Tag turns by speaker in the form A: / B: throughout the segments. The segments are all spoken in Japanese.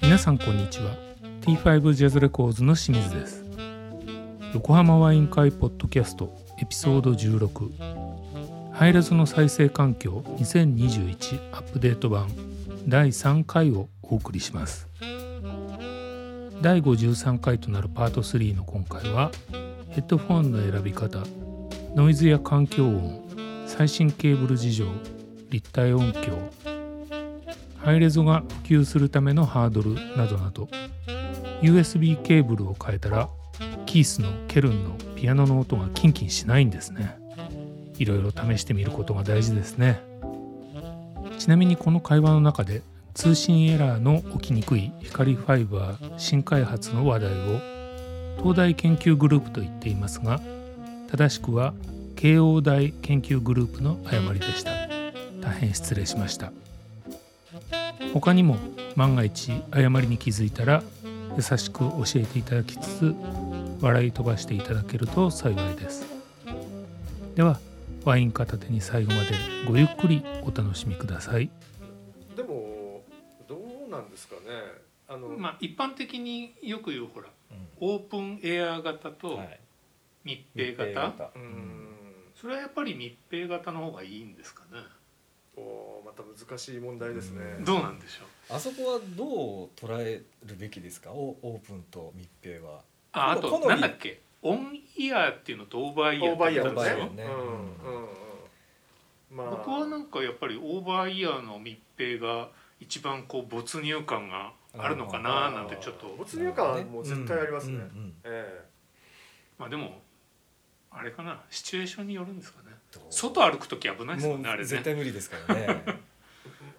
A: 皆さんこんにちは T5 ジャズレコーズの清水です横浜ワイン会ポッドキャストエピソード16ハイレゾの再生環境2021アップデート版第3回をお送りします第53回となるパート3の今回はヘッドフォンの選び方ノイズや環境音最新ケーブル事情立体音響ハイレゾが普及するためのハードルなどなど USB ケーブルを変えたらキースのケルンのピアノの音がキンキンしないんですねいろいろ試してみることが大事ですねちなみにこの会話の中で通信エラーの起きにくい光ファイバー新開発の話題を東大研究グループと言っていますが正しくは慶応大研究グループの誤りでした大変失礼しました他にも万が一誤りに気づいたら優しく教えていただきつつ笑い飛ばしていただけると幸いですではワイン片手に最後までごゆっくりお楽しみください
B: でもどうなんですかねあの、
C: まあ、一般的によく言うほら、
D: う
C: オープンエアー型と
D: はい
C: 密閉型,、
B: うーん、
C: それはやっぱり密閉型の方がいいんですかね
B: おーまた難しい問題ですね、
C: どうなんでしょう
D: あそこはどう捉えるべきですかおオープンと密閉は
C: ああと
D: 好み
C: なんだっけオンイヤーっていうのとオーバーイヤー
B: オーバーイヤ
C: って
B: ー
C: のがある
B: で
C: んですすよ
B: ね
D: ね
B: うんうんうんまあ
C: 僕はなんかやっぱりオーバーイヤーの密閉が一番こう没入感があるのかななんてちょっと
B: 没入感はもう絶対ありますね、
D: うんうんうん
B: え
C: まあでもあれかなシチュエーションによるんですかね
D: どう
C: 外歩く時危ないです
D: も
C: よ
D: う
C: ねあれ
D: 絶
C: ね
D: 対無理ですから ね
B: え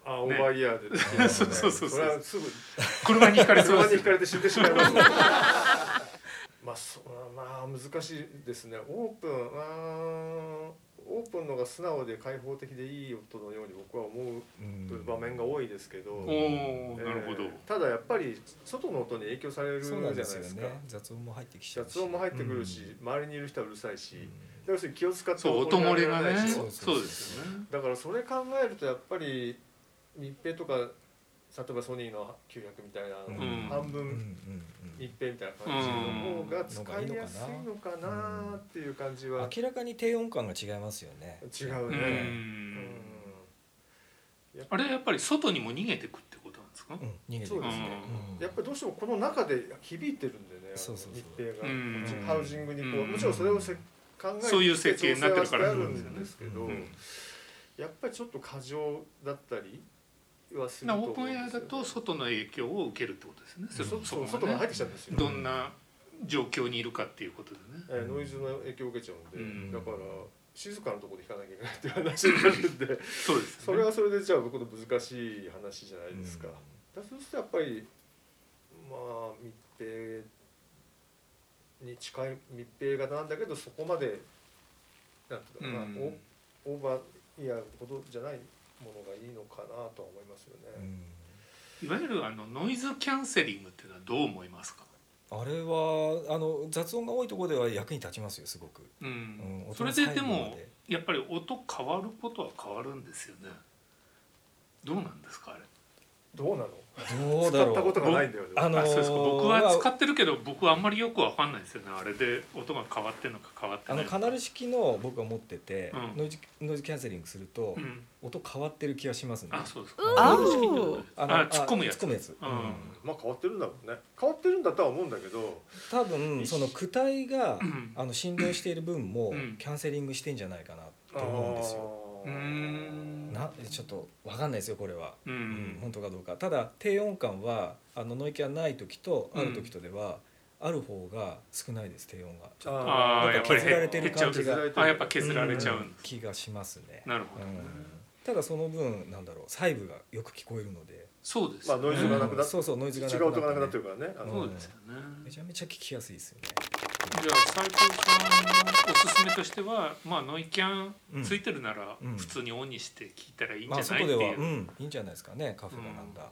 B: あオーバーイヤーで、
D: ね
C: そうそうそうそう
B: れはすぐ
C: 車にひかれそ う
B: 車にひかれ
C: ですよね
B: て死んでしまいますねまあそうまあ難しいですねオープンうーんオープンのが素直で開放的でいい音のように僕は思う
D: うん
B: 場面が多いですけど、
C: おおなるほど、
B: えーただやっぱり外の音に影響されるじゃ
D: そう
B: な
D: ないん
B: で
D: ですよ
B: すか
D: ね雑音も入ってきちゃうし
B: 雑音も入ってくるし、周りにいる人はうるさいし、要するに気を使って
C: そう音漏れが
B: 音にな
C: ね
B: らないし
D: そう
C: そうですよね
B: だからそれ考えるとやっぱり密閉とか例えばソニーの900みたいな、
C: ん
B: 半
D: うんうん
B: 分
D: うん
B: 密閉みたいな感じの方が使いやすいのかなっていう感じは
D: 明らかに低音感が違いますよね
B: 違う
C: う
B: ね
C: ん、あれはやっぱり外にも逃げてくってことなんですか
D: う、ん逃げて
B: そうですね、
D: うん
B: やっぱりどうしてもこの中で響いてるんでねあの
D: そうそうそう
B: 密閉が、
C: うん
B: ハウジングにこう、
C: うん
B: もちろんそれをせ考えて
C: そういう設計になってるから
B: 調整はしてあるんですけど、
D: うん
C: うん
B: やっぱりちょっと過剰だったりはする
C: な
B: と思
C: オープ
B: うん
C: ン
B: ですよ
C: エ
B: ね
C: アだと外の影響を受けるってことですね、
B: そう
C: そ
B: そう
C: そ
B: 外
C: こ
B: が
C: が
B: 入って
C: ね
B: きちゃうんですよ、
C: どんな状況にいるかっていうことでね
B: えーノイズの影響を受けちゃうんで、
C: うん
B: だから静かなところで弾かなきゃいけないっていう話になるんで
C: そうですね
B: それはそれでじゃあ僕の難しい話じゃないですか、
D: うん
B: だそうするとやっぱりまあ密閉に近い密閉型なんだけどそこまでなんていうかな、
C: うん
B: まあオオーバーイヤーほどじゃないものがいいのかなとは思いますよ
D: う
B: ね。
D: ん
C: いわゆるあのノイズキャンセリングっていうのはどう思いますか、
D: あれはあの雑音が多いところでは役に立ちますよすごく
C: うん
D: うん
C: それで
D: 音
C: で
D: の最後ま
C: も
D: で
C: やっぱり音変わることは変わるんですよねどうなんですかあれ
B: どうなの
D: どうだ
B: 使った
D: ろ
B: こ
D: う
B: とがないんだよね。
D: あのー
C: あそうですか僕は
D: まあ
C: 使ってるけど僕はあんまりよくわかんないですよねあれで音が変わってんのか変わって
D: あ
C: な
D: の
C: いのか
D: カナル式の僕は持ってて、
C: うん
D: ノイズノイズキャンセリングすると、
C: うん、
D: 音変わってる気がしますね。
C: あそうですか
D: あ
C: あ
D: の
C: の突っ込むやつ
D: 突っ込むやつ。
C: うん
B: まあ変わってるんだろうね。変わってるんだとは思うんだけど、
D: 多分その躯体が、
C: うん
D: あの振動している分も、
C: うん
D: キャンセリングしてんじゃないかなって思うんですよ。
B: あー
C: うーん
D: なちょっとわかんないですよこれは。
C: うん
D: うん本当かどうか。ただ低音感はあのノイキャンない時とある時とでは、ある方が少ないです低音が。ちょっと
C: あ
D: な
C: あ
D: ん
C: やっぱり
D: 削られてる感じ
C: 減っちゃ
D: が
C: うあやっぱ削られちゃう、
D: ん気がしますね。
C: なるほどね、
D: ただその分なんだろう細部がよく聞こえるので、
C: そうです
B: まあ
C: よね、
B: ノイズがなくなっ
D: そうそうノイズが
B: 違う音がなくなって
D: ね
B: るからね。あの
C: そうですよね、
D: め
C: じ
D: ちゃめちゃ聞きやすいですよね
C: ゃあ斉藤さんのおすすめとしてはまあノイキャ
D: う
C: ン
D: ん
C: ついてるなら
D: うん
C: 普通にオンにして聞いたらいいんじ
D: ま
C: じ
D: あ
C: ゃない
D: 外
C: って
D: では
C: いう
D: う、んいいんじゃないですかねカフェがなんだ、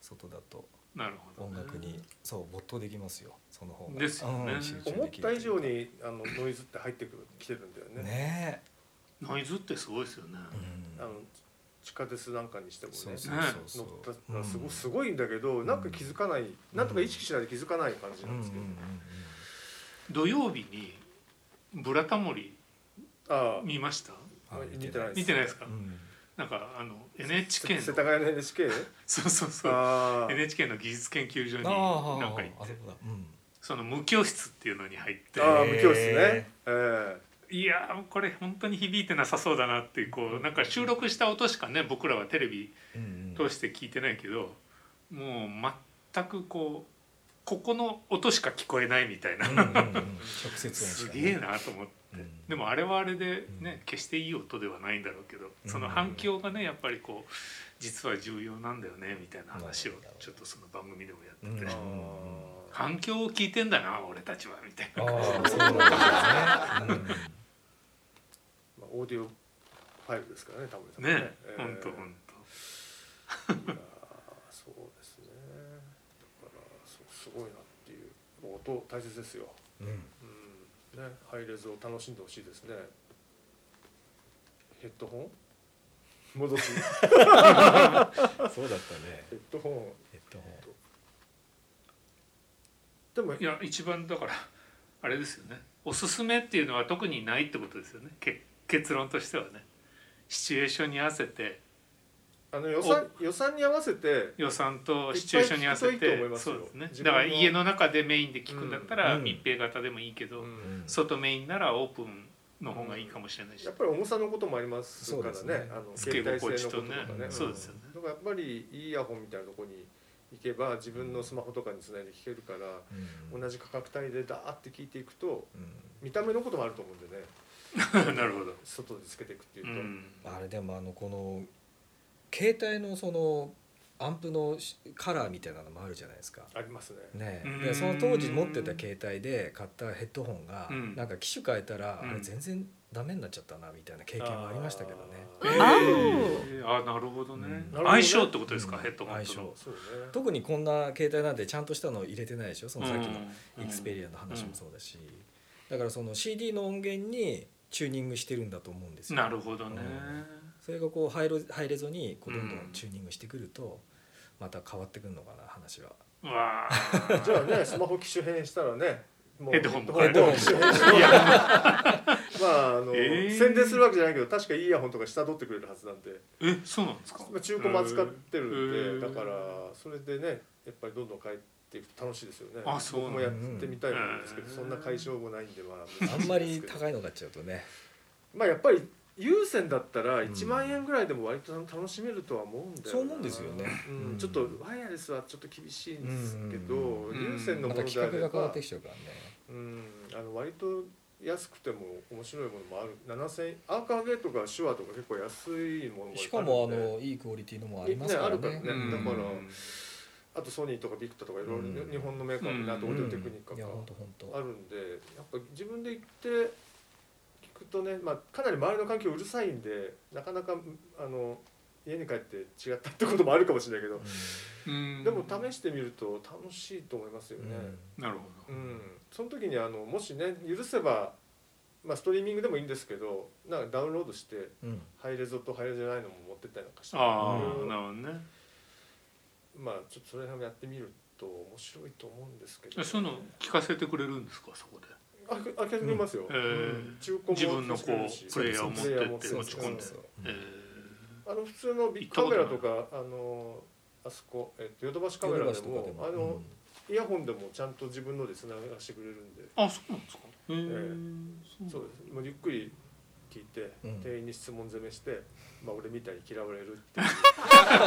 D: 外だと
C: なるほど
D: 音
C: ね、
D: 楽にそう没頭できますよその方が
C: ですよね
D: うん集中できる
B: 思った以上にあのノイズって入ってくる来てるんだよね
D: ね
C: ノイズってすごいですよね、
D: え、うん
B: あの地下鉄なんかにしてもね
D: そうそうそう
B: 乗った
D: そ
B: ら
D: う
B: すごすごいんだけど、なんか気づかない、なんとか意識しないで気づかない感じ
D: うん
B: な
D: うんん
B: で
D: うん
B: すけど、
C: 土曜日に「ブラタモリ
B: あ」あ
C: 見ました
D: うん
B: あ
D: あ
B: 見てない
C: 見てないです
D: う
C: か、
D: ん
C: なんかあの NHK の
B: 世田谷の NHK
C: そうそうそう
B: ああ
C: NHK の技術研究所に
D: ああ
C: なんか行
D: あ
C: っ
D: そ
C: て
D: こだうん
C: その無教室っていうのに入って
B: ああ無教室
D: へ
B: ねええ
C: いやーこれ本当に響いてなさそうだなっていうこうなんか収録した音しかね僕らはテレビ
D: うんうん
C: 通して聞いてないけどもう全くこうここの音しか聞こえないみたいな、
D: うんうんうん直接音し
C: す
D: かね
C: げえなと思って。
D: うん
C: でもあれはあれでね、
D: うん
C: 決していい音ではないんだろうけど、
D: うん
C: その反響がねやっぱりこう実は重要なんだよねみたいな話を
D: なるほど
C: ちょっとその番組でもやって
D: う
C: て、
D: ん
B: ああ
C: 反響を聞いてんだな俺たちはみたい
D: あ
C: な感
D: あそうなんだね
B: まあ、オーディオファイルですからねタモリさん
C: じねね
B: ええ
C: 本当
B: い
C: 本
B: やーそうですねだからそうすごいなっていう音大切ですよ、
D: うんうん
B: うんね、ハイレゾを楽しんでほしいですねヘッドホン戻 す
D: そうだったね
B: ヘッドホン
D: えっと
B: でも
C: 当いや一番だからあれですよねおすすめっていうのは特にないってことですよねけ結論としてはねシチュエーションに合わせて
B: あの予算予算に合わせて
C: 予算とシチュエーションに合わせ
B: いっぱい聞くといい
C: て
B: と思います
C: そ
B: よ
C: うですね
B: 自分の
C: だから家の中でメインで聞くんだったら
D: うん
C: 密閉型でもいいけど、
B: うん
C: 外メインならオープンの方がいいかもしれないし、
B: やっぱり重さのこともありますから
D: そう
B: ね
D: ですね
B: あの
C: つけ
B: 携
C: 心
B: 帯
C: 地
B: 性のこととか
C: と
B: ね
C: ねそうですよね
B: だからやっぱりいいイヤホンみたいなところに行けば自分のスマホとかにつないで聞けるから、
D: うん
B: 同じ価格帯でダーって聞いていくと
D: うん
B: 見た目のこともあると思うんでね
C: なるほど、
B: 外でつけていくっていううと、
C: ん、
D: あれでもあのこの携帯のそのアンプのしカラーみたいなのもあるじゃないですか。
B: ありますね
D: ね
C: うん
D: え、でその当時持ってた携帯で買ったヘッドホンが、
C: うん
D: なんか機種変えたら、
C: うん
D: あれ全然ダメになっちゃったなみたいな経験もありましたけどね。
B: あー
C: えーあなるほどね,、
D: うん
C: 相性ってことですか、
D: うん
C: ヘッドホンと
D: 相
C: の
D: 性
B: そうね
D: 特にこんな携帯なんてちゃんとしたの入れてないでしょそのさっきの
C: うん
D: エクスペリアの話もそうだし、だからその CD の音源にチューニングしてるんだと思うんですよ。
C: なるほどね、
D: それがこうハイロハイレゾにこうどんど
C: うん
D: んチューニングしてくると、また変わってくるのかな話は。
C: うわ
B: じゃあねスマホ機種変したらねも
C: ヘッドホンも
B: ヘッドホンも機種変してまああの、
C: えー
B: 宣伝するわけじゃないけど確かいいイヤホンとか下取ってくれるはずなんで、
C: ーえそうなんですか
B: まあ、中古も扱ってるん
C: へー
B: で、だからそれでねやっぱりどんどん変えていくと楽しいですよね
C: あそうなん
B: 僕も
C: だ
B: やってみたいんですけど、
C: うん
B: そんな解消もないんでまあ
D: あんまり
B: い
D: 高いの買っちゃうとね。
B: まあやっぱり有線だったら
D: ん
B: 1万円ぐらいでも割と楽しめるとは思うんだよな
D: そう思うんですよね
B: うん
D: うん
B: ちょっとワイヤレスはちょっと厳しいんですけど、
D: うん
B: 有線の
D: ま
B: も
D: た
B: の
D: 規
B: であ
D: 格
B: れ
D: が変わ
B: ば
D: って、きちゃうからね。
B: うん、あの割と安くても面白いものもある7000アーカーゲートか手話とか結構安いものがいっ
D: し
B: ぱいあ
D: か
B: るん
D: もあ
B: で
D: のいいクオリティのもありますから
B: ねある
D: ね
B: か。らねだから
C: うん
B: あとソニーとかビクタとかいろいろ
D: うん
B: 日本のメーカーになって
C: う
B: オ
C: ん
B: ー
D: う
B: ディ
D: ん
B: オテクニカ
D: いや
B: が
D: 本当本当。
B: あるんでやっぱ自分で行って聞くとね、まあ、かなり周りの環境うるさいんでなかなかあの家に帰って違ったってこともあるかもしれないけど、
C: うん
B: でも試してみると楽しいと思いますよ
D: うん
B: ね。
C: なるほ
B: うんその時にあのもしね許せば、まあ、ストリーミングでもいいんですけどなんかダウンロードして
D: うん
B: ハイレゾとハイレゾじゃないのも持ってったりなんかして
C: どあ
B: いろい
C: あ
B: ろ
C: なるほどね
B: まあちょっとそれ辺もやってみると面白いと思うんですけど、
C: えそういうの聞かせてくれるんですかそこで
B: あけ開けてみますよ、
C: うんえー
B: うん中古も
C: 自分のこう
B: 欲しいし
C: プレイヤーを持ってって
B: プレイヤー持
C: 持
D: そう
C: ち
D: そう
C: 込んで
D: そう
C: え
D: うん
B: あの普通のビッグカメラとかあのあそこえっとヨドバシカメラで
D: ヨドバ
B: も
D: シとか
B: あ
D: で
B: の
D: も、
B: イヤホンでもちゃんと自分ので繋がらせてくれるんで、
C: ーあそうなんですかへえそう
B: そうですもうゆっくり聞いて、
D: うん
B: 店員に質問攻めして、まあ俺みたいに嫌われるっていう店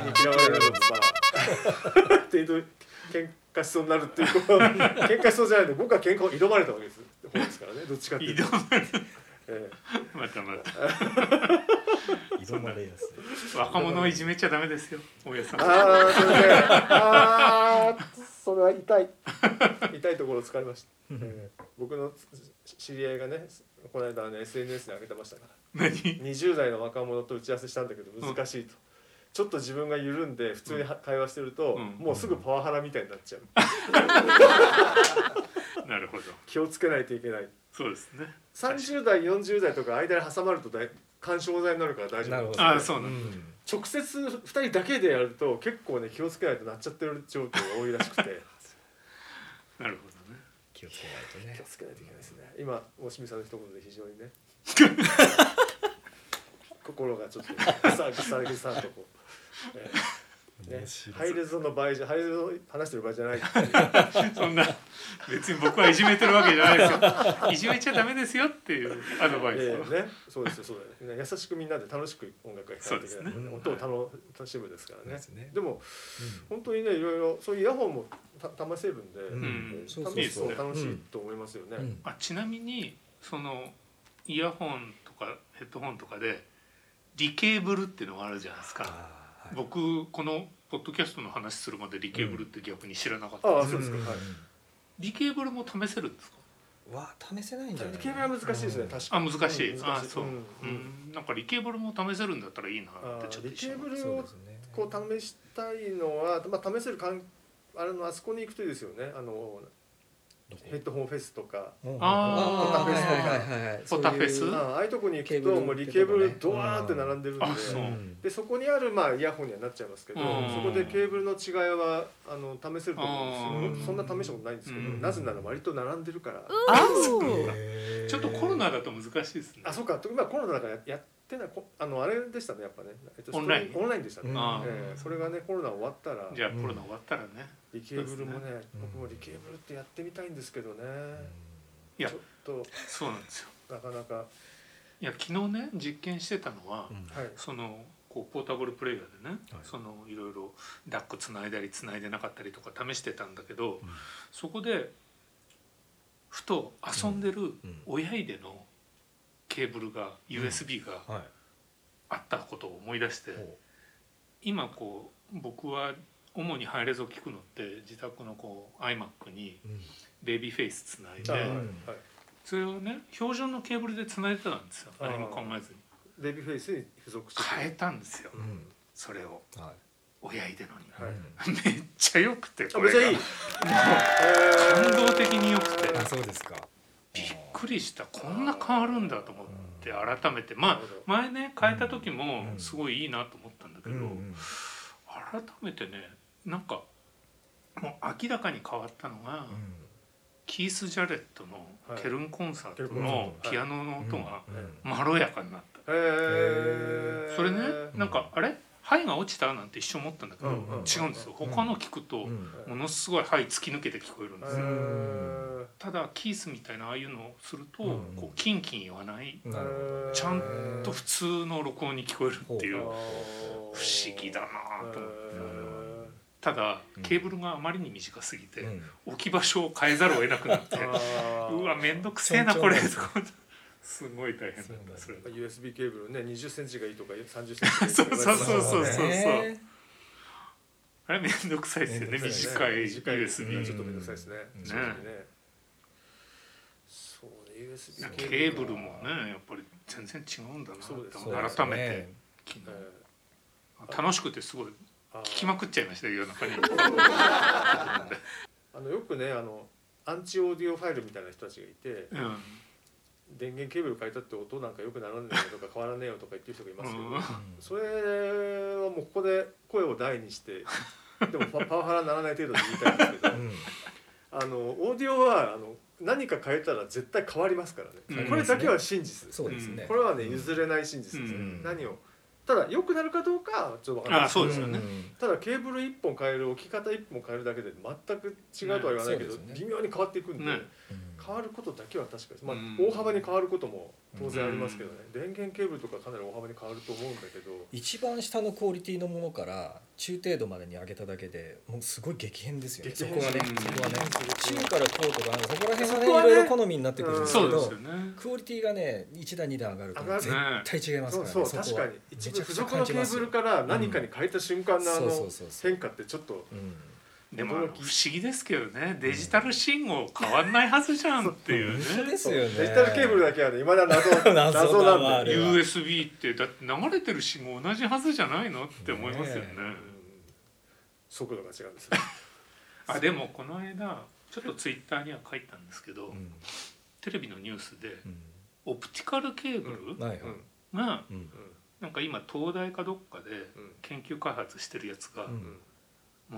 B: 員に嫌われるのもまあ店員と喧嘩しそうになるっていうことは 喧嘩しそうじゃないんで僕は喧嘩を挑まれたわけです方ですからねどっちかっていう と
C: 挑。まれ
B: ええ
C: またまた
D: うん挑まれやすい。
C: 若者をいじめちゃダメですよ大家さん
B: ああ、それね。ああ、それは痛い。痛いところを疲れました。えー僕のし知り合いがね、この間ね SNS に上げてましたから。
C: 何
B: 20代の若者と打ち合わせしたんだけど難しいと。ちょっと自分が緩んで普通には会話してると、
C: うん
B: もうすぐパワハラみたいになっちゃう
C: なるほど
B: 気をつけないといけない
C: そうですね
B: 30代40代とか間に挟まるとだい干渉剤になるから大丈
D: なるほ
B: 夫
D: ど
C: ああそう
D: う
C: なんだ、
D: ん
B: 直接2人だけでやると結構ね気をつけないとなっちゃってる状況が多いらし くて
C: なるほどね
D: 気をつけないとね
B: 気をつけないといけないですね今大清水さんの一言で非常に ね心がちょっとぐさぐさぐさとこう、えーね
D: 面、白い
B: ハイレゾの場合じゃハイレゾの話してる場合じゃないっていう
C: そんな別に僕はいじめてるわけじゃないですよ。いじめちゃダメですよっていうアドバイ
B: い
C: ス
B: やい
C: を
B: や。ね、そうですよそうだよ、ね、優しくみんなで楽しく音楽が聴かなきゃいけない
C: そう
D: ですね
B: 音を楽楽しむですからね
D: ですね
B: でも本当にねいろいろそういうイヤホンもたたま成分で、
D: う
C: う
D: ん
C: ん
B: そう
D: そうそ
B: 楽しそう
D: う
C: いいですね
B: 楽しいと思いますよね、
D: うん
C: あちなみにそのイヤホンとかヘッドホンとかでリケーブルっていうのがあるじゃないです
D: あ
C: か。
D: あはい
C: 僕このポッドキャストの話するまでリケーブルって逆に知らなかった
B: あ
C: で
B: あ
C: す。
B: そうですか、
D: ん
B: はい
C: リケーブルも試せるんですか。
D: わあ試せないんじゃない
B: 理系は難しいですね、
D: うん
B: 確か
C: あ
B: に
C: 難しい。
B: うん難
C: あ
B: しい
C: そう。う
B: うん
C: んなんかリケーブルも試せるんだったらいいな
B: あ
C: ってちょっと
B: 理系
C: 一瞬
B: ブル
D: そう
B: を
D: ですね
B: こう試したいのは、まあ、試せるかんあれのあそこに行くといいですよねあの
D: どこ
B: ヘッドホンフェスとか
D: うん
C: あ
B: ー
D: はいはいはいはい
C: ポタフェス
D: そういう
B: あああいうとこに行くと
D: ケーブル
B: もう理系ブルドワーって並んでるんで、
C: あそう
D: うん
B: でそこにあるまあイヤホンにはなっちゃいますけど、
C: うん
B: そこでケーブルの違いはあの試せると思うんですよ、
C: うん
B: そんな試したことないんですけど、
C: うん
B: なぜなら割と並んでるから、
E: あ
D: へー
C: ちょっとコロナだと難しいですね。
B: あそうか今コロナだからややってないこあのあれでしたねやっぱね、えっと
C: オンライン
B: ストリームオンラインでしたね、
D: うん
C: あー
B: ええそれがねコロナ終わったら
C: じゃあコロナ終わったらね。
B: リケーブルもね
D: うん
B: 僕もリケーブルってやってみたいんですけどね、
C: いや
B: ちょっと
C: そうなんですよ。
B: なかなか、
C: いや昨日ね実験してたのは、
D: うん
B: はい、
C: そのこうポータブルプレイヤーでね、
D: はい
C: そのいろいろダックつないだりつないでなかったりとか試してたんだけど、
D: うん
C: そこでふと遊んでる
D: うん
C: 親入れのケーブルが USB が
D: はい
C: あったことを思い出して、
D: ほ
C: 今こう僕は主にハイレゾ聞くのって自宅のこう iMac に
D: ううん
C: ベビーフェイスつないで、
B: あはいはい
C: それをね標準のケーブルでつないでたんですよ
B: あー
C: 何も考えずに
B: デビーフェイスに付属して
C: 変えたんですよ、
D: うん
C: それを
D: はい
C: 親入れのに。
B: はい
C: めっちゃ良くて
B: あ
C: こ
B: めっちゃ
C: れ
B: いい
C: が感動的に良くて
D: あそうですか
C: びっくりしたこんな変わるんだと思って改めてまあ
B: なるほど
C: 前ね変えた時も
D: うん
C: すごいいいなと思ったんだけど
D: うん
C: 改めてねなんかもう明らかに変わったのが
D: うん
C: キース・ジャレットの
B: はい
C: ケルンコンサート
D: はい
C: のピアノの音が
D: うん
C: まろやかになった
B: へえ
C: それね
D: ん
C: なんかあれイが落ちたなんて一瞬思ったんだけど
B: うんうん
C: 違うんですよ他の聞くと
D: うん
C: ものすごいイ突き抜けて聞こえるんですよ
B: うん
C: ただキースみたいなああいうのをすると、
D: うん
C: こうキンキン言わない
D: なるほど
C: ちゃんと普通の録音に聞こえるっていう
B: あー
C: 不思議だなと思って
B: へ
C: ただ
D: うん
C: ケーブルがあまりに短すぎて、
D: うん
C: 置き場所を変えざるを得なくな って
B: ーあー
C: うわ面倒くせえなこれ
D: 慎
C: と
D: 重
C: かすごい大変だったそれ
B: USB ケーブルね20センチがいいとか30センチがいい
C: そ
B: と
C: う
B: か
C: そうそうそうそう
D: ね
C: あれ面倒くさいですよね
D: 面倒くさ
C: 短い
B: ですね
C: USB
B: ちょっと面倒くさいですね
D: うん
B: 正直ねそうね USB
C: ケーブルもねやっぱり全然違うんだなって
B: そうです
D: そうですね
C: 改めて昨
B: え
C: 日楽しくてすごい
B: ーあー
C: 聞きまくっちゃいましたよ夜中に。
B: あのよくねあのアンチオーディオファイルみたいな人たちがいて
C: うん
B: 電源ケーブル変えたって音なんかよくならねえよとか変わらねえよとか言ってる人がいますけど、
C: うん
B: それはもうここで声を大に してでもパパワハラにならない程度で言いたいんですけど
D: うん
B: あのオーディオはあの何か変えたら絶対変わりますからね、
C: うん
B: これだけは真実です、
D: そうですね
B: これはね譲れない真実です、
C: うん
B: 何をただ良くなるかどうかはちょっと分からない
C: あそうですよね
D: ん
B: ただケーブル1本変える置き方1本変えるだけで全く違うとは言わないけど、
D: ねそうですね
B: 微妙に変わっていくんで、
C: ね
B: 変わることだけは確かです、まあ
C: うん、
B: 大幅に変わることも当然ありますけどね、電源ケーブルとかかなり大幅に変わると思うんだけど、
D: 一番下のクオリティのものから中程度までに上げただけでもうすごい激変ですよね
B: 激
D: そ
B: 変
D: こはね
C: うん
D: そこはね中から高とかそこら辺はね
B: そこはね
D: いろいろ好みになってくるんです
C: そ
D: け
C: うです
D: ど
C: よね。
D: クオリティがね1段2段上がると
B: 上がる
D: 絶対違います
B: そう
D: からね
B: そう
D: こは
B: 確かに一部
D: めち
B: 付
D: ゃくちゃ
B: 属の
D: 感
B: ケ
D: じま
B: ー
D: す
B: ブ
D: よ
B: ルから何かに変えた瞬間のあ
D: そうそ
B: の
D: うそうそう
B: 変化ってちょっと
D: うん
C: でも
B: 驚
C: 不思
B: き
C: 議ですけどねデジタル信号変わんないはずじゃんっていうね
D: 本当です
B: そう
D: よね
B: デジタルケーブルだけはねいまだ謎
D: 謎だわ
B: 謎なんだ
D: あ
B: よ
D: れは
C: USB ってだって流れてる信号同じはずじゃないのって思いますよね
D: ね
B: 速度が違うんですよ
C: あでもこの間ちょっとツイッターには書いたんですけど、
D: うん
C: テレビのニュースで
D: う
C: オプティカルケーブ
D: んはいはい
B: うん
C: ルが
D: うん
C: なんか今東大かどっかで
B: うん
C: 研究開発してるやつが
D: うん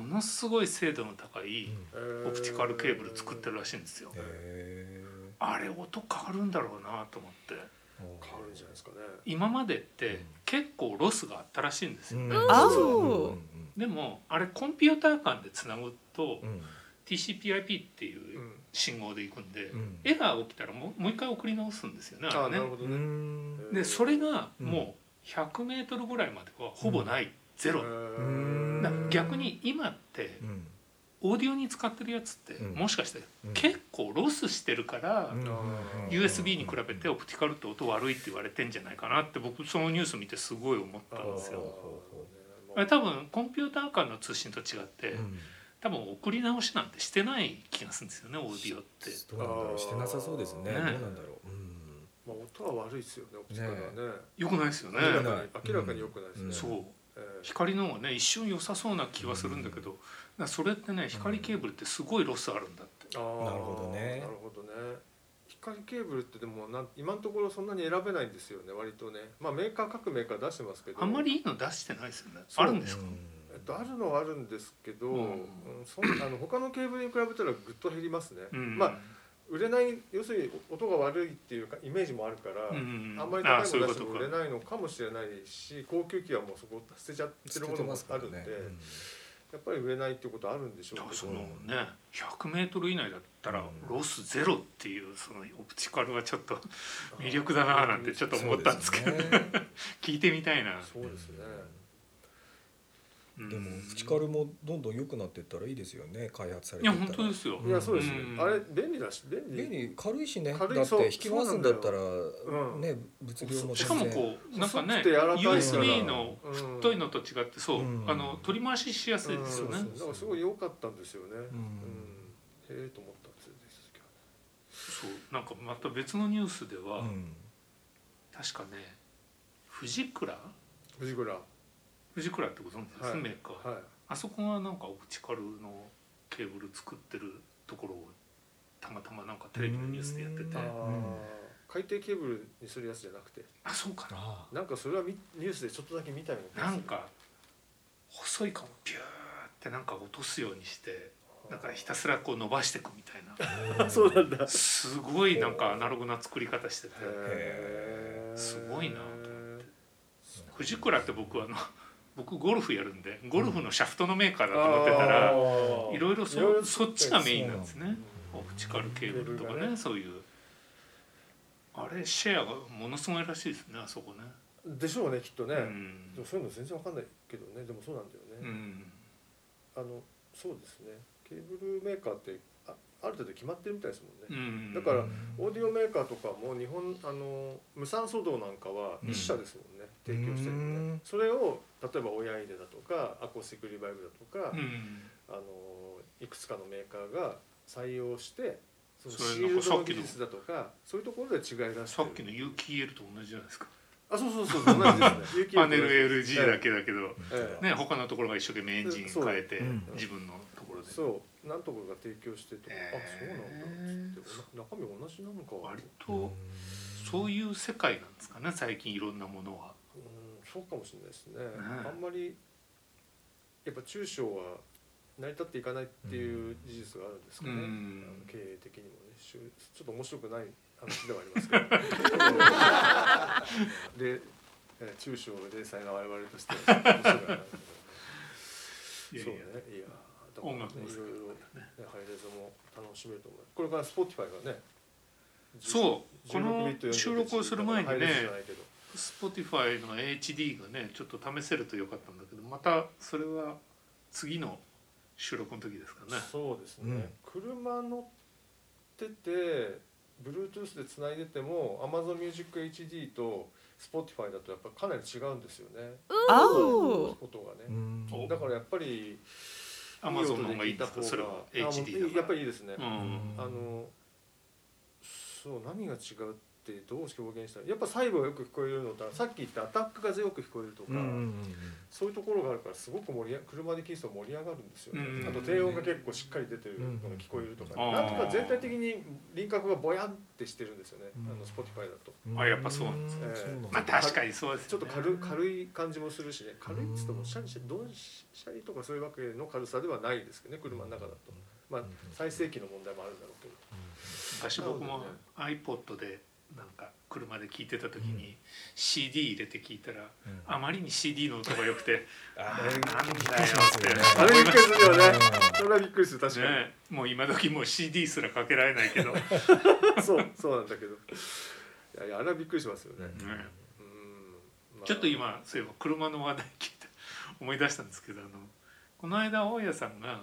C: ものすごい精度の高い
B: え
C: オプティカルケーブル作ってるらしいんですよ
D: へえ
C: あれ音変わるんだろうなと思って
B: 変わるんじゃないですかね
C: 今までって結構ロスがあったらしいんですよ、
E: あ
D: うん
E: お
C: でもあれコンピューター間でつなぐと
D: うん
C: TCPIP って
B: う
C: いうん信号でいくんで、
D: うん
C: エラー起きたらもうもう一回送り直すんですよね
B: あ
C: あ
B: あ
C: れ
B: なる
C: ね
B: ほど
D: う
B: ね
D: ん
B: えー
C: でそれがもう 100m ぐらいまではほぼない、ゼロ
B: え
D: うん
C: だ
B: ー
C: から逆に今って
D: うん
C: オーディオに使ってるやつって
D: うん
C: もしかして
D: うん
C: 結構ロスしてるから、
D: うんうんうん
C: USB に比べてオプティカルって音悪いって言われてんじゃないかなって僕そのニュース見てすごい思ったんですよ。あれ多分コンピューター間の通信と違って、
D: うん
C: 多分送り直しなんてしてない気がするんですよねオーディオって。
D: どうなんだろうしてなさそうです
C: ね
D: ねどうなんだろううん
B: まあ音は悪いですよねオプティカルはね
C: よくないですよね。
B: 明ら
D: ね
B: かに明らかに良くないですね
D: うん
C: そう
B: えー
C: 光の方がね一瞬良さそうな気はするんだけど、だからそれってね光ケーブルってすごいロスあるんだって。
B: あー
D: なるほどね
B: なるほどね光ケーブルってでもなん今のところそんなに選べないんですよね割とねまあメーカー各メーカー出してますけど
C: あんまりいいの出してないですよね。
B: そ
C: あ
B: う
C: るんですか。
B: えっと、あるのはあるんですけど、
C: う
B: うんんそん あの他のケーブルに比べたらぐっと減りますね、
C: うん
B: まあ売れない要するに音が悪いっていうかイメージもあるから、あんまり高いもの出しても売れ
C: い
B: ないのかもしれないし高級機はもうそこ捨てちゃってるものもあるんで、やっぱり売れないっていうことはあるんでしょ
C: だ
B: う
C: から
B: け
C: そ
B: ど
C: のね、100メートル以内だったら
D: うん
C: ロスゼロっていうそのオプティカルはちょっと 魅力だなぁなんてちょっと思ったんですけど、
D: そうですね
C: 聞いてみたいな。
B: そうですね、
C: うん
D: でもプチカルもどんどん良くなっていったらいいですよね開発さ
C: い
D: れてい
C: や
D: った
C: 本
D: ら
C: 当ですよ。
B: いやそうですね、
C: うん
B: あれ便利だし便利
D: 便利軽いしねだっ
B: 軽い
D: て
B: そう
D: 引き回すんだったら
B: なんだ
D: ね物量も
C: しかも
D: 全然
C: こうなんかね
B: 細くて柔らかいから
C: USB の
B: うん
C: 太いのと違ってそう、
D: うん
C: あの取り回ししやすいですよね、
B: うんだからすごい良かったんですよね、
D: うん
B: うんへえと思ったんですよ
C: そうなんかまた別のニュースでは、
D: うん
C: 確かねフジクラ
B: 藤倉は
C: フジクラってご存知です、
B: はい
C: メーカー、
B: い
C: あそこがなんかオプチカルのケーブル作ってるところをたまたまなんかテレビのニュースでやってて
B: あー
D: うん
B: 海底ケーブルにするやつじゃなくて
C: あそうか
D: あ
B: なんかそれはみニュースでちょっとだけ見たよう
C: ななん
B: 気が
C: か細い顔ピューってなんか落とすようにして
B: する
C: なんかひたすらこう伸ばしていくみたいな
D: あ
B: そうなんだへ
C: すごいなんかアナログな作り方してて
B: え
C: すごいなと思って藤倉って僕あの僕ゴルフやるんでゴルフのシャフトのメーカーだと思ってたらいろいろそそっちがメインなんですねオプチカルケーブルとか
B: ケーブ
C: ね
B: ルがね
C: そういうあれシェアがものすごいらしいですねあそこね
B: でしょうねきっとね、
C: うん
B: でもそういうの全然わかんないけどねでもそうなんだよ
C: う
B: ね、
C: ん
B: あのそうですねケーブルメーカーってあある程度決まってるみたいですもんね、
C: うん
B: だからオーディオメーカーとかも日本あの無酸素道なんかは
D: うん
B: 一社ですもんね、提供してる
D: う
B: の
D: ん
B: ねそれを例えばオヤイデだとかアコースティックリバイブだとか、
C: うん
B: あのいくつかのメーカーが採用してそのシ
C: それ
B: ールド
C: なん
B: の
C: かさっきの
B: 技術だとかそういうところで違いらして
C: さ
B: る
C: っきの有機 EL と同じじゃないですか
B: あそうそうそう同じですね 有機
C: パネル LG だけだけど
B: ええ
C: ね他のところが一生懸命エンジン変えて
D: うん
C: 自分のところで
B: そう何ところが提供してとか、
C: ええ
B: あそうなんだつっておな中身同じなのか
C: 割とそういう世界なんですかね最近いろんなものは。
B: うんそうかもしれないですね、
C: ん
B: あんまりやっぱ中小は成り立っていかないっていう事実があるんですかね、
C: うん
B: あの経営的にもねしゅちょっと面白くない話ではありますけ どでえー中小で零細な我々としては面白くない
C: いやい
B: そうねい
C: や
B: やだから
C: 音楽
B: ね
C: も
B: い
C: そ
B: ろい
C: うだ
B: ろ、
C: からね
B: ね、ハイレゾも楽しめると思いますこれから Spotify がね
C: そうこ
B: 16
C: の
B: ビット40
C: 収録をする前に
B: ハイレゾじ
C: ね
B: ゃないけど
C: Spotify の HD がねちょっと試せるとよかったんだけどまたそれは次の収録の時ですかね
B: そうですね、
D: うん
B: 車乗ってて Bluetooth でつないでても AmazonMusicHD と Spotify だとやっぱかなり違うんですよね
E: あ
B: 音
E: お
B: がね、
D: うん
B: だからやっぱり
C: アマゾンの方がいいんですかそれは HD だから
B: やっぱりいいですね、
C: う
A: うんん
B: あのそう何が違うってどう表現したらやっぱ細部がよく聞こえるのとさっき言ったアタックが強く聞こえるとか、
D: うんうんうん
B: そういうところがあるからすごく盛りあ車で聴いてたら盛り上がるんですよね、
C: うん
B: あと低音が結構しっかり出てるのが聞こえるとか、
C: うん
B: なんとか全体的に輪郭がぼやんってしてるんですよね、
D: うん
B: あの Spotify だと
D: うん
C: あやっぱそうなんです
B: ね
D: そうなんだ
C: まあ確かにそうです
B: ちょ
C: ね
B: っと軽軽い感じもするしね軽いっつってもシャリシャリどんシャリとかそういうわけの軽さではないですけどね車の中だとまあ再生機の問題もあるんだろうけど
C: 昔僕も iPod でなんか車で聴いてた時
D: う
C: に CD 入れて聴いたら
D: うん
C: あまりに CD の音が良くて
D: あ
C: なんだよって
D: あ
B: あれびっくりするよね
D: う
B: それはびっくりする 確かに、
C: ねもう今時もう CD すらかけられない けどね
B: そうそうなんだけどいやいやあれはびっくりしますよね、うんまあ
C: ちょっと今そういえば車の話題聞いて思い出したんですけどあのこの間大家さんが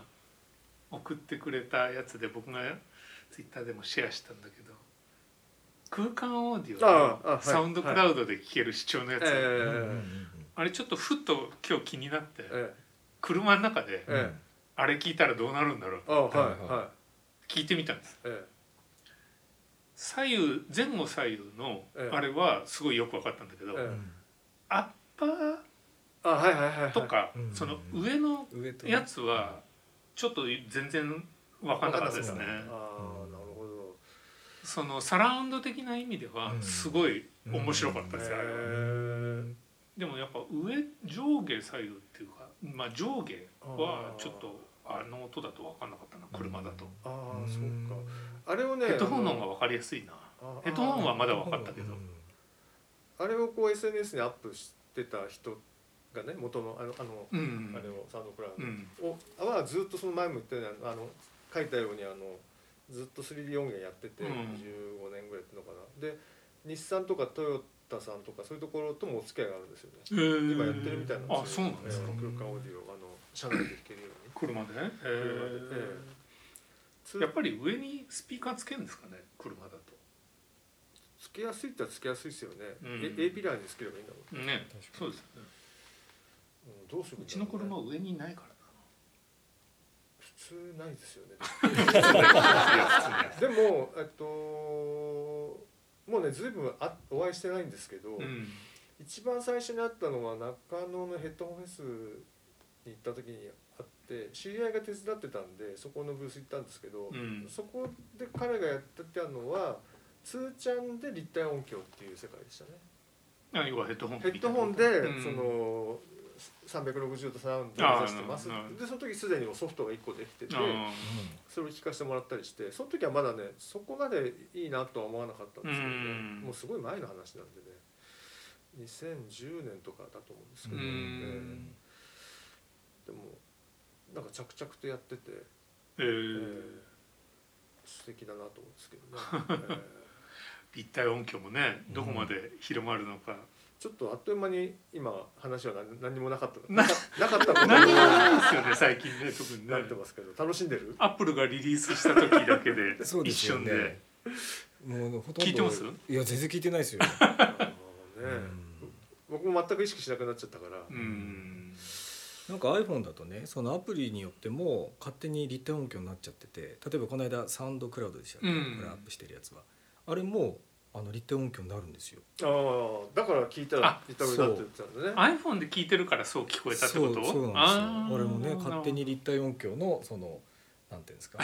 C: 送ってくれたやつで僕がツイッターでもシェアしたんだけど空間オーディ
B: あああ
C: オ
B: は
C: の
B: い
C: サウンドクラウドで聴ける視聴のやつ、
B: ええ
D: うんうん
C: あれちょっとふっと今日気になって、
B: え
C: 車の中で
D: うんうん
B: え
C: あれ聞いたらどうなるんだろう
B: えあはい
D: はい
B: は
C: 聞いてみたんです
B: いえ
C: 左右前後左右の
B: ええ
C: あれはすごいよく分かったんだけど、
B: ええ
C: アッパー
B: あはいはいはいはい
C: とか、
D: うん
C: その上の
D: 上とね
C: やつはちょっと全然分かんなかったですね
B: ああなるほど
C: そのサラウンド的な意味では
D: うん
C: すごい面白かったですよ、あれは
B: ええ
C: でもやっぱ上上下左右っていうかまあ上下はちょっとあの音だと分かんなかったな車だと、
B: ああ
D: うん
B: そうかあれをね
C: ヘッドホンの方が分かりやすいな
B: あ
C: ヘッドホンはまだ分か
D: う
C: っ
D: ん
C: たけど、
B: あれをこう SNS にアップしてた人がね元のあのあの、
C: うん
B: あれをサウンドクラウ
C: うん
B: ドを、はずっとその前も言ったようにあの書いたようにあのずっと 3D 音源やってて、
C: うん
B: 15年ぐらいやってるのかなで日産とかトヨタさんとかそういうところともお付き合いがあるんですよね今
C: 今
B: やってるみたいなん
C: あそうなんですか、
B: えー空間オーディオあの社内で聴けるように
C: 車でね、え
B: 車でえつ
C: やっぱり上にスピーカーつけるんですかね車だと
B: つけやすいってはつけやすいですよね、
C: うん
B: え A ピラーにつければいいんだもん、
C: ね
D: 確かに
C: そうですよね
B: うん、どうするん
C: う
B: だろね
C: ちの車は上にないから
B: 普通ないですよね
C: な
B: でもえっともうねずいぶんあお会いしてないんですけど、
C: うん
B: 一番最初に会ったのは中野のヘッドホンフェスに行った時に会って知り合いが手伝ってたんでそこのブース行ったんですけど、
C: うん
B: そこで彼がやってたのはツーちゃんで立体音響っていう世界でしたね
C: あ要はヘッドホン
B: ヘッドホンで、
C: うん
B: その360度サウンドを目指してます
C: あーなるほど
B: でその時すでにもうソフトが1個できてて、
C: あ
B: それを聞かせてもらったりしてその時はまだねそこまでいいなとは思わなかったんですけどね
C: うん
B: もうすごい前の話なんでね2010年とかだと思うんですけ
C: ーう
B: ど、ね
C: ん
B: でもなんか着々とやってて、え
C: えー
B: ー素敵だなと思うんですけど ね、えー
C: 立体音響もねどこまで広まるのか、
B: ちょっとあっという間に今話は何何もなかったなかなかったことに
C: 何もないですよね最近ね特にね
B: なってますけど楽しんでる
C: アップルがリリースした時だけで
D: そうで
C: 一
D: すよ
C: 瞬で
D: ね。もうほとんど
C: 聞いてます
D: いや全然聞いてないですよ。
B: あのね僕も全く意識しなくなっちゃったから、
C: うん
D: なんか iPhone だとねそのアプリによっても勝手に立体音響になっちゃってて例えばこの間サウンドクラウドでしたっけ、
C: うん
D: これアップしてるやつはあれもあの立体音響になるんですよ。
B: ああだから聞いたら
C: あ
B: 言ったらだって言ってたんだね
C: iPhone で聞いてるからそう聞こえたって
D: そ
C: こ
D: う
C: と
D: そう
C: あ
D: な
C: ー
D: んですよ。あれもね勝手に立体音響のそのなんていうんですか。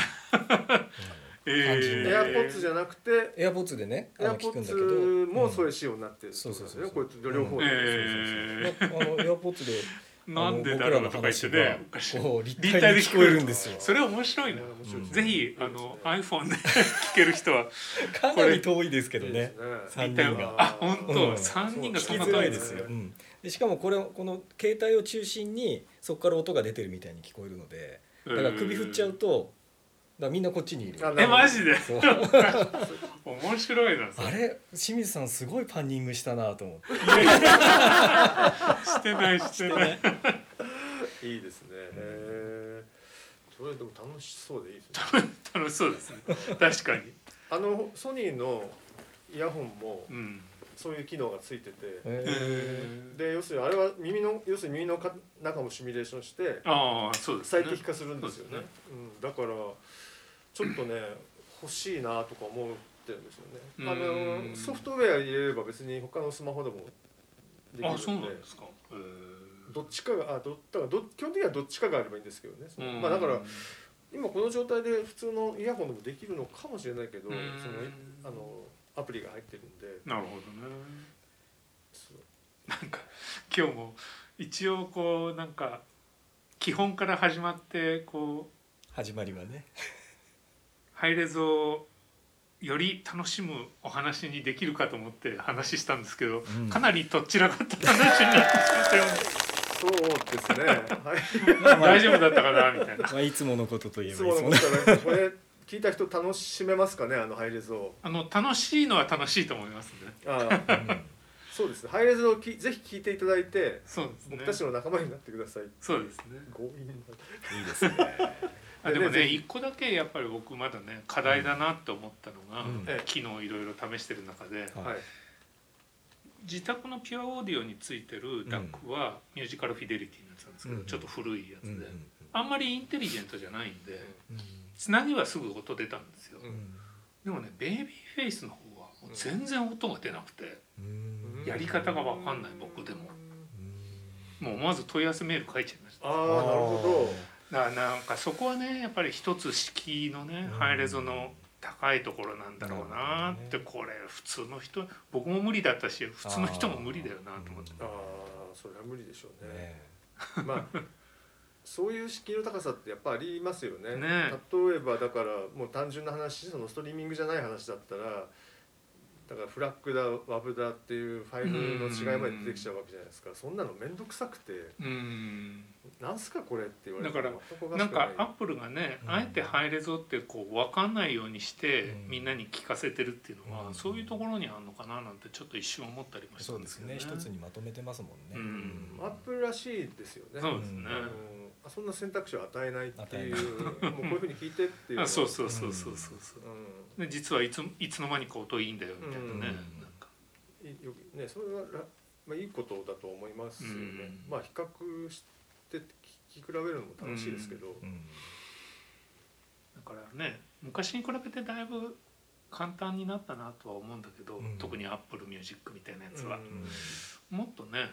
C: え
D: 感じ
B: エ
D: ね
B: ア
D: え
B: ポッツじゃなくて
D: エアポッツでねあ
B: エア
D: の
B: ポ
D: 聞く
B: ッ
D: んだけど
B: ツもそうい
D: ん
B: う仕様になってるってことです
D: そうそう
B: ね
D: そう
B: こうやって両方で
C: うん
B: ね
C: え
D: そうそうそうそうあのエアポッツで
C: なんでだろうとか言ってね
D: あの僕らの話がこう立
C: 立
D: 体
C: 体
D: に
C: で
D: 聞
C: 聞
D: こ
C: こえ
D: える
C: る
D: ん
C: ん
D: で
C: です
D: よ
C: それ面白いな
B: 面白いですね
C: ぜひあ
B: いい
C: の
B: ですね
C: iPhone で 聞ける人は
D: かなり遠いですけど
B: いい
D: ね
B: ですね
D: 三
C: 立体
D: 人が
C: があ本
D: う
C: 当
D: ん
C: 三人が
D: 聞き
C: そんな
D: づら
C: 感
D: い
C: じ
D: ですよ、
B: う
D: うんでしかもこれをこの携帯を中心にそこから音が出てるみたいに聞こえるのでだから首振っちゃうとだからみんなこっちにいる
B: あな
C: え
B: るほど
C: マジで
D: そう
C: 面白いなそ
D: あれ清水さんすごいパンニングしたなと思って
C: してないしてない
B: いいですねへーそれでも楽しそうでいいですね
C: 楽しそうですね確かに
B: あのソニーのイヤホンも
C: うん
B: そういう機能がついてて
D: え
B: で要するにあれは耳の要するに耳のか中もシミュレーションして
C: ああそうですね
B: 最適化するんですよね
C: そうで
B: うん、だからちょっとね欲しいなとか思ってるんですよねあ
C: うん
B: のソフトウェア入れれば別に他のスマホでもできる
C: あそうなん
B: んで
C: で。すかへー
B: どっちかがあどだからど基本的にはどっちかがあればいいんですけどね、その
C: うん
B: まあだから今この状態で普通のイヤホンでもできるのかもしれないけど、
C: うん
B: そのあのアプリが入ってるんで
C: なるほどね
B: そう
C: なんか今日も一応こうなんか基本から始まってこう
D: 始まりはね
C: ハイレゾをより楽しむお話にできるかと思って話したんですけど、
D: うん
C: かなりとっちらかった話になってしまったよう な
B: そうですね はい
C: 大丈夫だったかなみたいな
D: まあいつものことといえ
B: い
D: ばい
B: つ
D: つ
B: ものこ
D: もの
B: とだこれ聞いた人楽しめますかねあのハイレゾを
C: あの楽しいのは楽しいと思いますね
B: ああ そうですねハイレゾをきぜひ聞いていただいて
C: そう
B: 僕
C: で
B: た
C: す
B: ち
C: ね
B: の仲間になってください
C: そうですね
B: 強引ない
D: いですね
C: あでも
B: で
C: ね
B: ね
C: 一個だけやっぱり僕まだね課題だなって思ったのが、
D: うん
C: 昨日いろいろ試してる中で
D: はい
B: はい
C: 自宅のピュアオーディオについてる DAC はミュージカルフィデリティのやつなんですけど、
D: うん
C: ちょっと古いやつ
D: う
C: で、
D: ん
C: あんまりインテリジェントじゃないんで
D: うん
C: つなぎはすぐ音出たんですよ、
D: うん
C: でもねベイビーフェイスの方はもう全然音が出なくて
D: うん
C: やり方がわかんない僕でももう思わず問い合わせメール書いちゃいました
B: ああなるほ
C: だからなんかそこはねやっぱり一つ敷居のね、
D: うん
C: ハイレゾの高いところなんだろうなっ
D: な
C: て、
D: る
C: これ普通の人僕も無理だったし普通の人も無理だよなと思って
B: どああそれは無理でしょうね
D: ね
B: まあそういう敷居の高さってやっぱありますよね
C: ね
B: 例えばだからもう単純な話そのストリーミングじゃない話だったらだからフラッグだワブだっていうファイルの違いまで出てきちゃうわけじゃないですかそんなの面倒くさくて
C: うん
B: 「なんすかこれ」って言われて
C: だから
B: も全くお
C: なん
B: しくない
C: かアップルがね、
D: うん
C: あえてハイレゾってこう分かんないようにして、
D: うん
C: みんなに聞かせてるっていうのは、
D: うん
C: そういうところにあるのかななんてちょっと一瞬思ったりもした
D: そうんで
C: です
D: す
C: けどね。
D: ね一つにまとめてますもんね
C: うん
B: アップルらしいですよね
C: そうですね、
D: うん
B: うんあそんな選択肢を与えないっていうも
D: 与
B: うこういうふうに聞いてっていうのは
C: あそうそうそうそうそうそう、
B: うん
C: で実はいついつの間にか音いいんだよみたいなね、
B: うん
C: なんか
B: いよくねそれはら、まあ、いいことだと思いますよね、
C: うん
B: まあ比較して聞き比べるのも楽しいですけど、
D: うん
C: だからね昔に比べてだいぶ簡単になったなとは思うんだけど、
D: うん
C: 特にアップルミュージックみたいなやつ
B: う
C: は、
B: ん
C: もっとね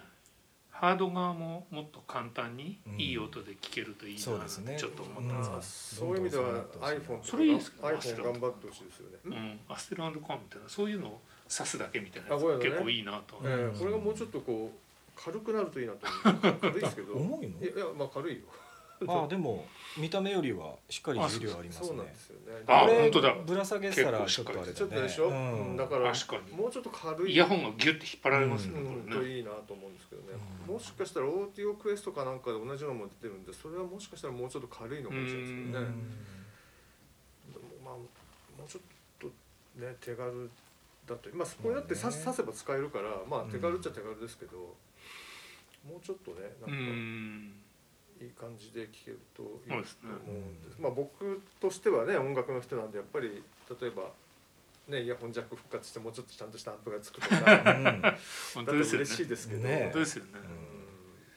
C: ハード側ももっと簡単に
D: うん
C: いい音で聴けるといいな
D: そう
C: なん
D: で
C: て
D: すね
C: ちょっと思ったん
D: うん
C: です
B: まあそういう意味で
D: どんど
B: は
D: んそうなってほしいな
B: iPhone と
C: そ
B: か
C: れいいですけどね
B: iPhone 頑張ってほしいですよね、
C: うん、アステルカーみたいなそういうのを指すだけみたいな
B: あこういう
C: や
B: の
C: つ
B: ね
C: 結構いいなと、
D: うん
B: ええこれがもうちょっとこう軽くなるといいなと思う軽いですけ ど
D: 重い
B: いやいやまあ軽いよ
D: のあでも見た目よりはしっかり重量ありますね
B: そうなんですよね
C: あ
D: これ
C: 本当だ
D: ぶら下げてたらちょっとあれだね
B: ちょっとでしょ、
D: うん
B: うんだから
C: 確かに
B: もうちょっと軽い
C: イヤホンがギュッて引っ張られますね、
B: う
C: こ
B: ん、
C: れ
B: と
C: ね
B: いいなと思うんですけどね、
D: うん
B: もしかしたらオーディオクエストかなんかで同じのも出てるんでそれはもしかしたらもうちょっと軽いのかもしれないですけ
D: う
B: どね、
D: ん
B: でもまあもうちょっとね手軽だとまあそこだって刺,、
D: まあね
B: 刺せば使えるからまあ
D: うん
B: 手軽っちゃ手軽ですけど、もうちょっとね
C: う
B: なんか
C: ん
B: いい感じで聴けるといいと
C: そ
B: 思
C: う
B: うん
C: で
B: です
C: ね
B: まあ僕としてはね音楽の人なんでやっぱり例えば。ね、イヤホンジャック復活してもうちょっとちゃんとしたアンプがつくとかだ
D: うんうん
C: 本
B: と
C: 当ですよね
B: 嬉しいですけど、
D: ね
C: 本当ですよね、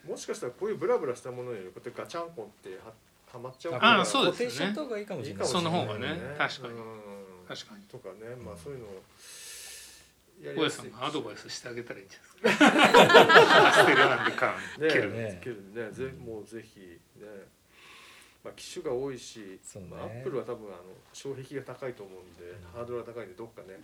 B: もしかしたらこういうブラブラしたものよりこうやってガチャンコンってははまっちゃう
C: あそうですね
D: 固定しちゃった方がいいかもし
B: い
D: れ
B: い
D: な
B: か
D: い
B: もしれない
C: その方がね確かに
B: うん
C: 確かに
B: とかねまあそういうのをや
C: 大家
B: や
C: さ
B: す
C: ん
B: い
C: がアドバイスしてあげたらいいんじ ゃないですかアステルアンカー
B: ね
C: に蹴る、
B: ねけるねぜもうぜひねまあ機種が多いし、
D: そうね
B: まあ、アップルは多分あの障壁が高いと思うんで、ハードルが高いんでどっかね、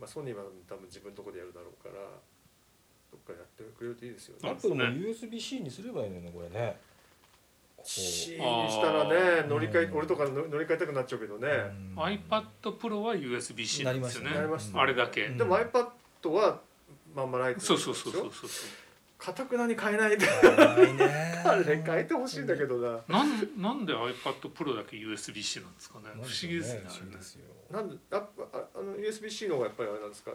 B: まあ、ソニーは多分自分のとこでやるだろうからどっかやってくれるといいですよ
D: ア
B: ね
D: ップルも USB-C にすればいいのにこれねここ
B: C にしたらね乗り換え俺とか乗り換えたくなっちゃうけどね、
D: うん
C: iPad Pro は USB-C なんですよね
D: なり
B: ましたね
C: あれだけ、
D: うん
B: でも iPad はまんまライト
C: そうそうそうそうそう
B: かたくなに買えないで
D: ないね
B: あれ変えてほしいんだけどな
C: なんなんで iPad Pro だけ USB-C なんですかね
D: な
C: 不
D: んで
C: 思
D: しょう
C: 議ですね
D: 不
C: あ
D: 思
C: れ
D: 議
C: ね
D: ですよ
B: なんであああの USB-C の方がやっぱりあれなんですか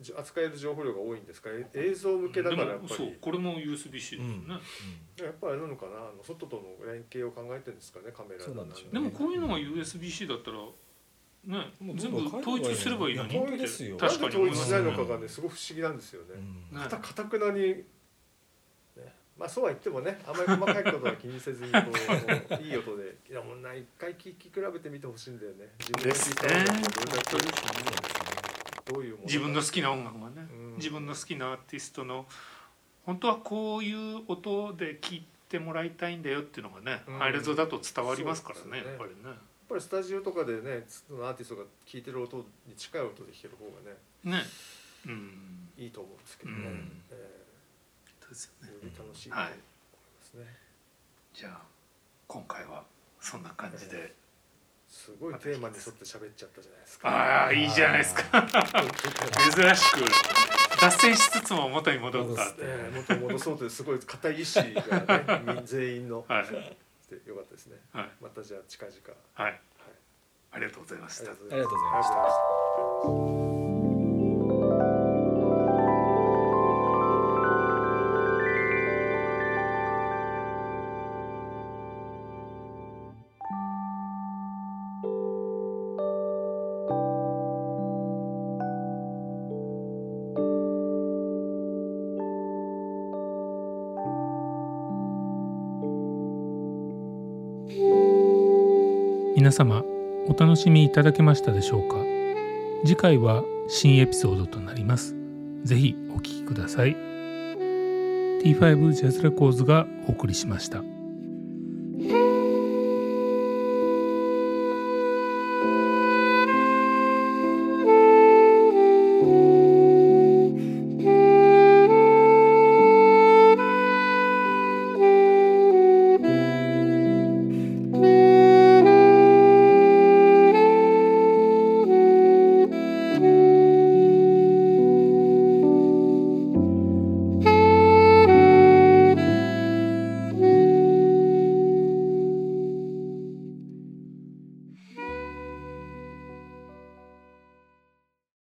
B: じ扱える情報量が多いんですかえ映像向けだからやっ
C: で
B: ぱ
C: もそう
B: り
C: これも USB-C ですよね、
D: うん
B: やっぱりあれなのかなあの外との連携を考えてるんですかねカメラ
D: そうなんでしょう
C: で
D: ね
C: もこういうのが USB-C だったらね
D: もう
C: 全
D: ど
C: 部
D: んどん
C: 統一すればいいのに
D: いや
C: っ
D: 本当です
C: て
D: よ
B: なん
C: 確
B: で
C: かに
B: 統
C: 思い
B: 一
C: ま
B: し
C: す
B: な
C: ね
B: いのかがねすごく不思議なんですよ
D: う
B: ね。
D: ん
C: ね
B: かたかたくなに、ね、まあそうは言ってもねあまり細かいことは気にせずに こういい音でいやもうな一回聴き比べてみてほしいんだよね。自分の聴いた音楽がどれだけどういうもの
C: 自分の
B: 好
C: 好きな音楽がね、
B: うん
C: 自分の好きなアーティストの本当はこういう音で聴いてもらいたいんだよっていうのがね、
B: うん
C: ハイレゾだと伝わりますからね
B: そうですよね
C: やっぱりね。
B: やっぱりスタジオとかでねそのアーティストが聴いてる音に近い音で弾ける方がね
C: ね、うん、
B: いいと思うんですけどね、
C: うん
B: え
C: そうですよ
B: ー
C: ね。
B: より楽しいと
C: は
B: 思い
C: い
B: ますね、
C: じゃあ今回はそんな感じで、
B: すごいテーマに沿って喋っちゃったじゃないですか
C: ああいいじゃないですか。珍しく脱線しつつも元に戻ったって。
B: えー、もっと戻そうというすごい固い意志が ねみ全員の、
C: はい
B: でよかったですね
C: はい
B: またじゃあ近々あ
C: はい。ありがとうございました。
D: ありがとうござい
B: ありがとうございま
D: まし
B: したた
A: 皆様お楽しみいただけましたでしょうか次回は新エピソードとなりますぜひお聞きください T5 ジャズレコーズがお送りしました